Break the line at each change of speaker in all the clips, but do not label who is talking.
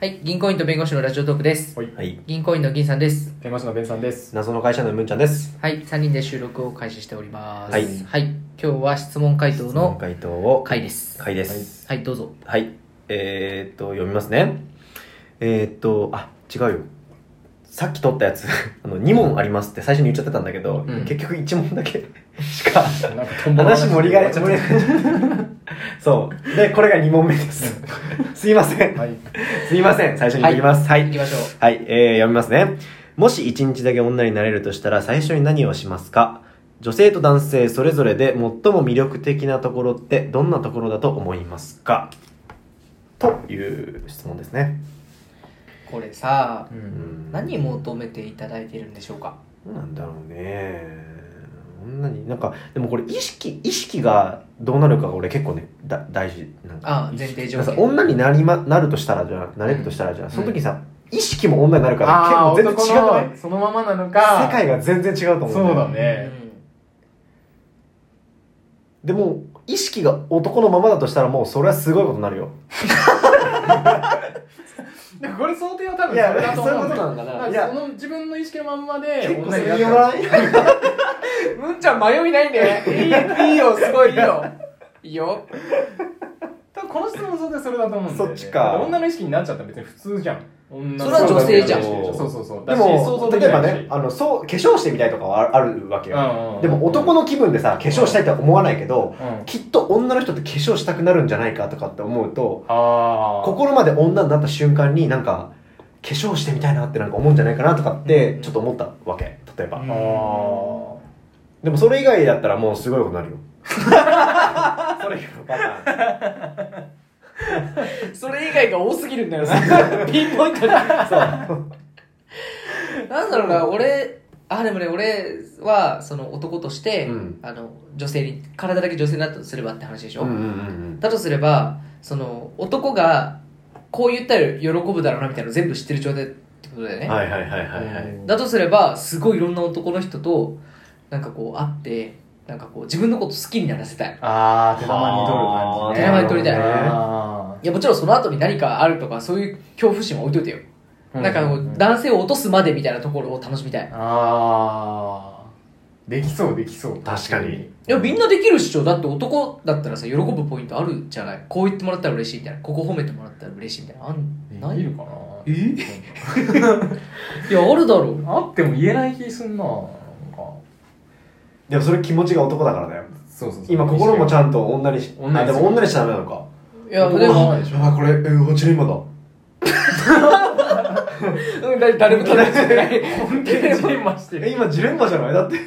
はい、銀行員と弁護士のラジオトークです。
はい。
はい。
銀行員の銀さんです。
弁護士のベンさんです。
謎の会社のむんちゃんです。
はい、3人で収録を開始しております。
はい
今日は質問回答
の
の
回答を。
回です。
回です。
はい、どうぞ。
はい。えー、っと、読みますね。えー、っと、あ、違うよ。さっき取ったやつ、 あの、2問ありますって最初に言っちゃってたんだけど、
うん
結局1問だけ しか、
なんかトンボの
話盛りがれ、
終
盛
わ
り
っちゃっ
上がっちゃったそう。で、これが2問目です。すいません。
たはい。
すいません。最初に言きます。はい。
行きましょう。
はい、えー、読みますね。もし一日だけ女になれるとしたら最初に何をしますか女性と男性それぞれで最も魅力的なところってどんなところだと思いますかという質問ですね。
これさ、
ん
何求めていただいているんでしょうか
どうなんだろうね。女に、なんか、でもこれ意識、意識がどうなるかが俺結構ね、だ大事なんか。
ああ、前提条
さ
件。
女になりま、なるとしたらじゃなくなれるとしたらじゃな
う
く
ん
その時さ、意識も女になるから
あー
結構全然違うくない
男のそのままなのか。
世界が全然違うと思うんだよね
そうだ
ね
ね。
でも意識が男のままだとしたらもうそれはすごいことになるよ
でもこれ想定は多分
いや
それだと思うんだ
そういうことなんかないいや
その自分の意識のまんまで
結構
女
そ
に
れ
なっ
言
ち
わ
ゃう。
ない
むんちゃん迷いないね。いいいいよ、すごいいいよ。いいよ。
多分この質問の想定はそれだと思うんだよね。
そっちか
女の意識になっちゃったら別に普通じゃん。女
それは女性じゃん
そうそうそう。
で
だし想像
も
でき
例えば
ないし
ねあのそう化粧してみたいとかはあるわけよ、
うんうん。
でも男の気分でさ化粧したいとは思わないけど、
うん。
きっと女の人って化粧したくなるんじゃないかとかって思うと
ああ。
心まで女になった瞬間になんか化粧してみたいなってなんか思うんじゃないかなとかってちょっと思ったわけ例えば、
うん
あ
でもそれ以外だったらもうすごいことに なるよそれ以外のパターン
それ以外が多すぎるんだよな。ピンポイントで。 なんだろうな、俺、あ、でもね、俺は、その男として、
うん
あの、女性に、体だけ女性になったとすればって話でしょ、
うんうんうん
だとすれば、その、男が、こう言ったら喜ぶだろうなみたいなの全部知ってる状態ってことだよ
う
ね。
んはいはいはいは
あ
いはい、
だとすれば、すごいいろんな男の人と、なんかこう、会って、なんかこう、自分のこと好きにならせたい。
あー、手玉に取る感じね。
手玉に取りたい
あ
いや、もちろんその後に何かあるとか、そういう恐怖心は置いといてよ。
ー
なんかこ
う
う、男性を落とすまでみたいなところを楽しみたい。
あーできそうできそう
確かに
いや、みんなできるっしょ。だって男だったらさ、喜ぶポイントあるじゃない。こう言ってもらったら嬉しいみたいな。ここ褒めてもらったら嬉しいみたいな。あんな
ない
いい
るかな
えや、あるだろう。
あっても言えない気すんななんか
でもそれ気持ちが男だからだよ
そうそうそう
今心もちゃんと女にし
女
あ
に
でも女にしちゃダメなのか
いや、
男
で
の
も、
前でしょ
あこれえ落ちる今だ
うんだ誰も食べてない。
本気でジレンマして
え
る
今ジレンマじゃないだって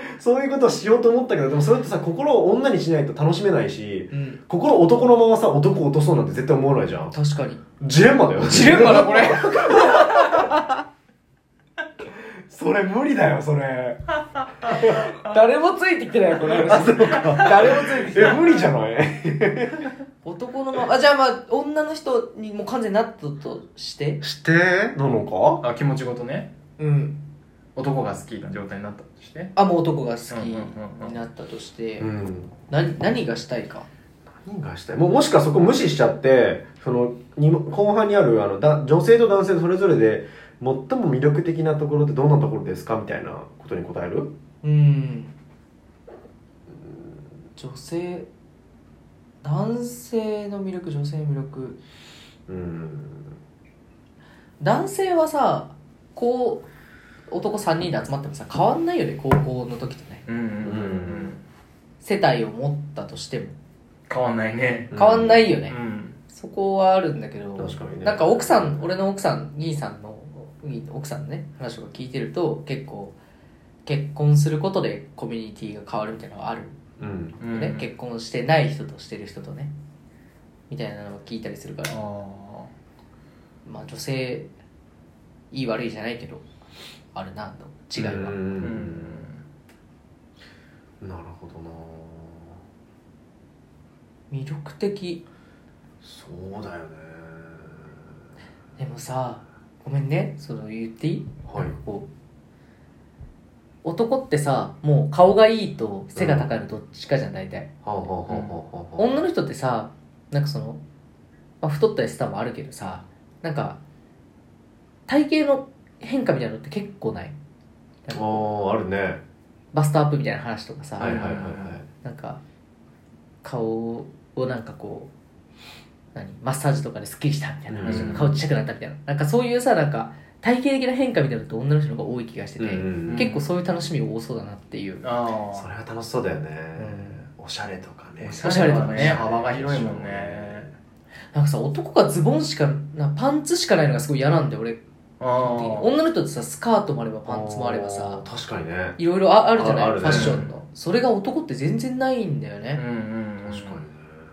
そういうことをしようと思ったけどでもそれってさ心を女にしないと楽しめないし
うん、
心を男のままさ男を落とそうなんて絶対思わないじゃん
確かに。
ジレンマだよ
ジレンマだ、これ。
それ無理だよそれ
誰もついてきてないよ、この話。 誰もついてきて
え
ない。
無理じ ゃない
男のまま、あ、じゃあまあ、女の人にもう完全になったとして。
してなのか
あ気持ちごとね
うん。
男が好きな状態になったとして
あ、もう男が好き
うんうんうんうん
になったとして、
うん
何、何がしたいか。
何がしたいもうもしかそこ無視しちゃってそのに後半にあるあのだ女性と男性それぞれで最も魅力的なところってどんなところですかみたいなことに答える
うん女性男性の魅力女性の魅力
うん
男性はさこう男3人で集まってもさ変わんないよね高校の時とね
うんうんうん
うんうん
世帯を持ったとしても
変わんないね
変わんないよ
う
ね、
ん
そこはあるんだけど
確かにね
なんか奥さん俺の奥さん兄さんの兄の奥さんのね話とか聞いてると結構結婚することでコミュニティが変わるみたいなのはある
うん
うん
ね、結婚してない人としてる人とねみたいなのを聞いたりするから
あ
まあ女性いい悪いじゃないけどあるなと違いは
う
ーうんん
なるほどな
魅力的
そうだよね
でもさごめんねその言っていい
はい
なんかこう男ってさもう顔がいいと背が高いのどっちかじゃん大体、
はあはあはあはあはあはあ
女の人ってさなんかその、まあ、太ったりしたもあるけどさなんか体型の変化みたいなのって結構ないなんか
あああるね
バストアップみたいな話とかさ、
はいはいはいはい
なんか顔をなんかこう何マッサージとかでスッキリしたみたいな話と
うん
か顔ちっちゃくなったみたいななんかそういうさなんか体型的な変化みたいなのって女の人の方が多い気がしてて、
うん
結構そういう楽しみ多そうだなっていう、
あ
それは楽しそうだよね、おしゃれとかね
おし
ゃれ
ゃれだ
おしゃれだ
ね
ね
幅が広いもんね
なんかさ男がズボンしかなパンツしかないのがすごい嫌なんで俺
あ
女の人ってさスカートもあればパンツもあればさ
確かにね
いろいろああるじゃない
ああるね
ファッションのそれが男って全然ないんだよ
うん
ね、
うんうん
確か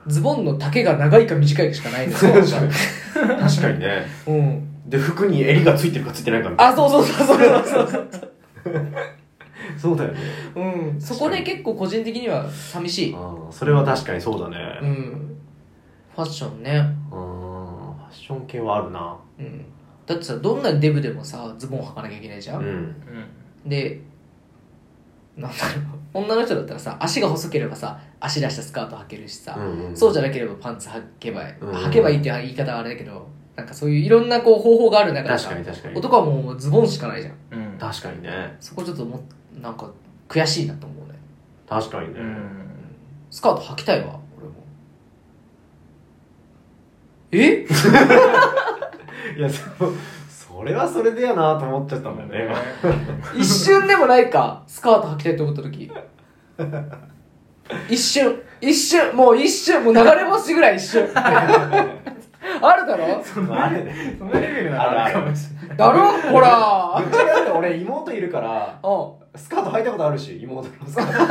ズボンの丈が長いか短いかしかないのよ
にね確かにね
うん、
で服に襟がついてるかついてないかみたいな
あそうそうそうそうそうそう
そうだよね
うん、そこ
確
ね
かに
結構個人的には寂しい、
ああそれは確かにそうだ
う
ね
ん、ファッションね、
うんファッション系はあるな
うん、だってさどんなデブでもさズボン履かなきゃいけないじゃ、
うんん
でなんだろう女の人だったらさ足が細ければさ足出したスカート履けるしさ、
うん
そう
じ
じゃなければパンツ履けば、
うん
履けばいいって言い方はあれだけどなんかそういういろんなこう方法がある中で
確
さ
かに確かに
男はもうズボンしかないじゃん
うん
確かにね
そこちょっともうなんか悔しいなと思うね
確かにね、
うん
スカート履きたいわ俺もえ
いやそそれはそれでやなと思っちゃったんだよね
一瞬でもないかスカート履きたいと思った時一瞬一瞬もう一瞬もう流れ星ぐらい一瞬あるだろ
今あれ ね
そのレベルならあるかもしれない
だろほ
ぶ
ら
っちゃけだって俺妹いるから
うん
スカート履いたことあるし妹のスカー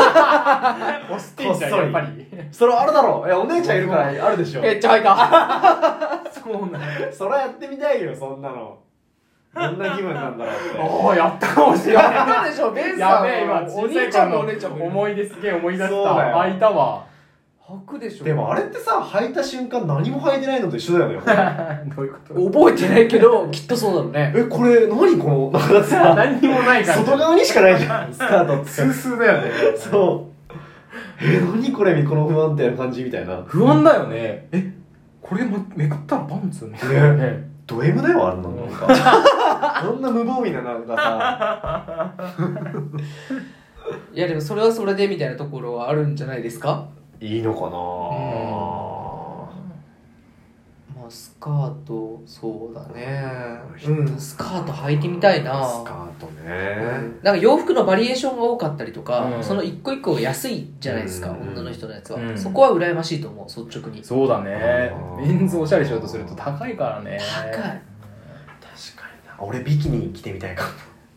ト
押してんじゃん
こっそ
や
り
っぱり
それはあるだろういやお姉ちゃんいるからあるでしょ
めっちゃ履いた
そうなん
それはやってみたいよそんなのどんな気分なんだろ うって
おおやったかもしれない
やったでしょベンさ
や
ん
べえ今
お
小さ
兄
い
ちゃんも
頃
お姉ちゃんもい
の
る
思い出すげえ思い出し
そうだよ
たあいたわ
履くでしょ
でもあれってさ履いた瞬間何も履いてないのと一緒だよね
どういうこと
覚えてないけどきっとそうだろうね
えこれ何このなんかさ
何にもないから
外側にしかないじゃんスカートって
通数だよね
そうえ何これこの不安定な感じみたいな
不安だよねえこれもめくったらパンツみたいなね
ド M だよあんなのなんかあんな無防備ななんかさ
いやでもそれはそれでみたいなところはあるんじゃないですか
いいのか
まあスカートそうだね
うん
スカート履いてみたい
な
な
スカートね
なんか洋服のバリエーションが多かったりとか、
うん
その一個一個が安いじゃないですか、
うん
女の人のやつは、
うん
そこは羨ましいと思う率直に
そうだね
あー
メンズおしゃれしようとすると高いからね
高い
確かにな俺ビキニ着てみたいかも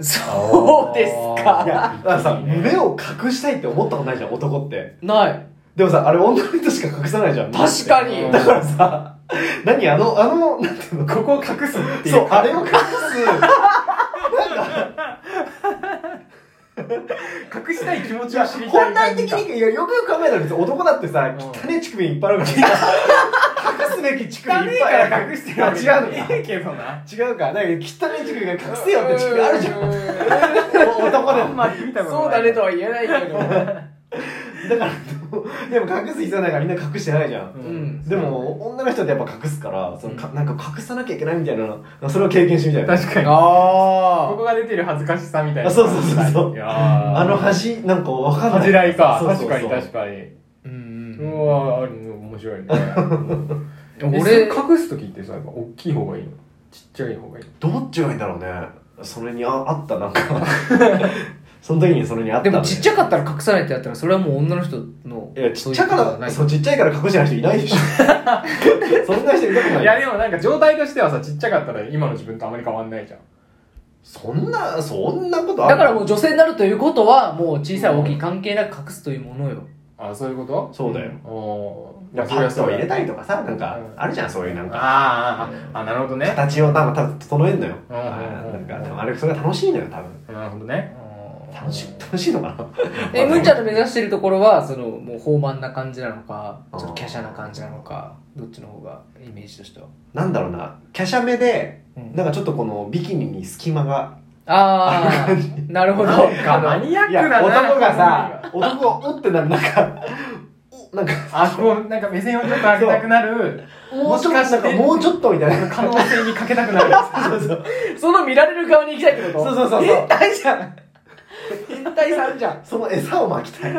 そうです
あ
い
か
ー
や、だからさ、
いいね
胸を隠したいって思ったことないじゃん、男って。
ない
でもさ、あれ女の人しか隠さないじゃん。
確かに、
うん
だからさ、何あの、あの、なんていうの、
ここを隠すっていう
そう、あ
か
れを隠す。なんか、
隠したい気持ちを知りたい
本来的に、いや、よくよく考えたら別に男だってさ、
うん
汚い乳首いっぱいあるからさ、隠すべき乳首
汚
い
い
っぱい
から
ある
隠してるわけじ
あ
ゃ
違うのか
ねえけどな
違うか。だから汚い乳首が隠せよって乳首あるじゃん。
ん
お男で
あ
も
ん。まり見たことない
そうだねとは言えないけど
だから、でも隠す必要ないからみんな隠してないじゃん
う。
うん
でも女の人ってやっぱ隠すからそのか、なんか隠さなきゃいけないみたいなそれを経験してみたいな
確かにこ
あ
こが出てる恥ずかしさみたいな
あそうそうそうそう
いやー
あの恥なんかわかんない
恥じらいか
そうそうそう
確かに確かに
うん
う
うん
わーあれ面白い ね
俺
俺隠す時ってさやっぱ大きい方がいいのちっちゃい方がいいの
どっちがいいんだろうねそれにああったなんか その時にそれにあった、
で
ね、
もちっちゃかったら隠さないってやったらそれはもう女の人の
いやちっちゃから
そういうことはない
そうちっちゃいから隠してない人いないでし ょそんな人いたくない
いやでもなんか状態としてはさちっちゃかったら今の自分とあまり変わんないじゃん
そんなそんなことあ
だ
る
からもう女性になるということはもう小さい大きい関係なく隠すというものよ
あそういうこと
そうだよ
お
いやパッと入れた
い
りとかさなんか
うん
あるじゃんそういうなんか
あーあーあーなるほどね
形を多分多分整えんのよ、
うんうんうん
なんかでもあれそれが楽しいのよ多分
なるほどね
楽しい楽しいのかな
えむんちゃんの目指してるところはそのもう豊満な感じなのかちょっと
あー
華奢な感じなのかどっちの方がイメージとしては、
なんだろうな華奢めで
うん
なんかちょっとこのビキニに隙間が
ああ なるほど
なんかマニアッ
い
ク
や
だな
男がさ男がおってなるなんかなんか
あ、こう、なんか目線をちょっと上げたくなる、
もうちょっとなんかもうちょっとみたいな
可能性にかけたくな る。
そうそう
その見られる側に行きたいってこと
そうそうそうそう
変態じゃん変態さんじゃん
その餌をまきたい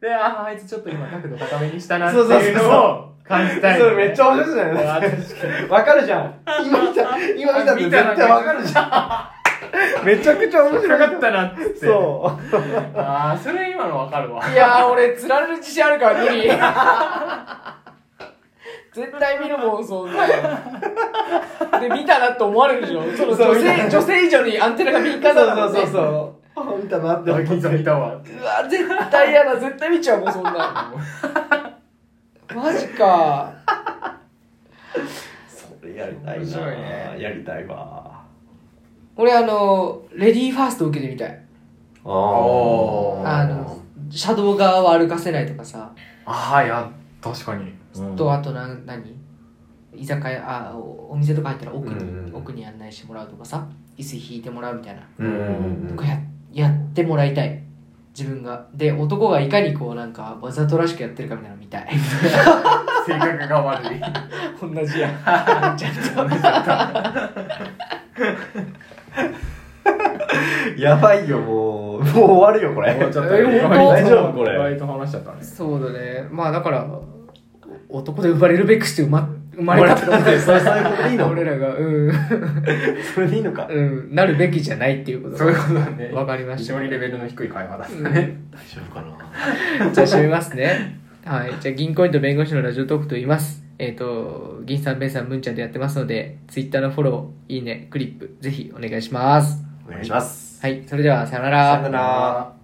で、あー、あいつちょっと今角度高めにしたなっていうのを感じたい、ね。
それめっちゃ面白いじゃない
あー確かに
わかるじゃん今見た今見たって絶対わかるじゃんめちゃくちゃ面
面
白
白
か
か
っ
ったたなっつって。。
そう
ああ、それ今のわかるわ。
いやー俺釣られる自信あるから 無理絶対見るもんそうで見たなって思われるでしょその
そう
女
見
性
た
女性以上にアンテナが敏感だから
う
ね
そうそうそう見たなって
あ、
思
銀座見
った
わ。
うわ絶対嫌だ絶対見ちゃうもんそんな のマジか
それやりたいな
面白いね
やりたいわ
俺あのレディーファースト受けてみたい
あ
おー
あの車道側は歩かせないとかさ
ああ、いや、確かに。
うん
とあとな何居酒屋あおお店とか入ったら奥に、
うんうん
奥に案内してもらうとかさ椅子引いてもらうみたいな、
うんうんうん
とかややってもらいたい自分がで男がいかにこうなんかわざとらしくやってるかみたいなの見たい
性格が 悪い。
同じやんちゃ んと
やばいよもうもう終わるよこれ
もうちょっと。
え本当
大丈夫これ
意外と話しちゃったね。
そうだねまあだから男で生まれるべくして生ま生まれたってこと
生まれたって そうそういうことでいいの
俺らがうん、
それでいいのか
うん、なるべきじゃないっていうこと
そういうことだね。
わかりまし
非
た
常にレベルの低い会話だった
うん
ね。
大丈夫かな
じゃあ閉めますね。はい。じゃあ、銀行員と弁護士のラジオトークと言います。えっ、と、銀さん、弁さん、ムンちゃんでやってますので、ツイッターのフォロー、いいね、クリップ、ぜひお願いします。
お願いします
はい。それでは、さよな
さ
ら
よなら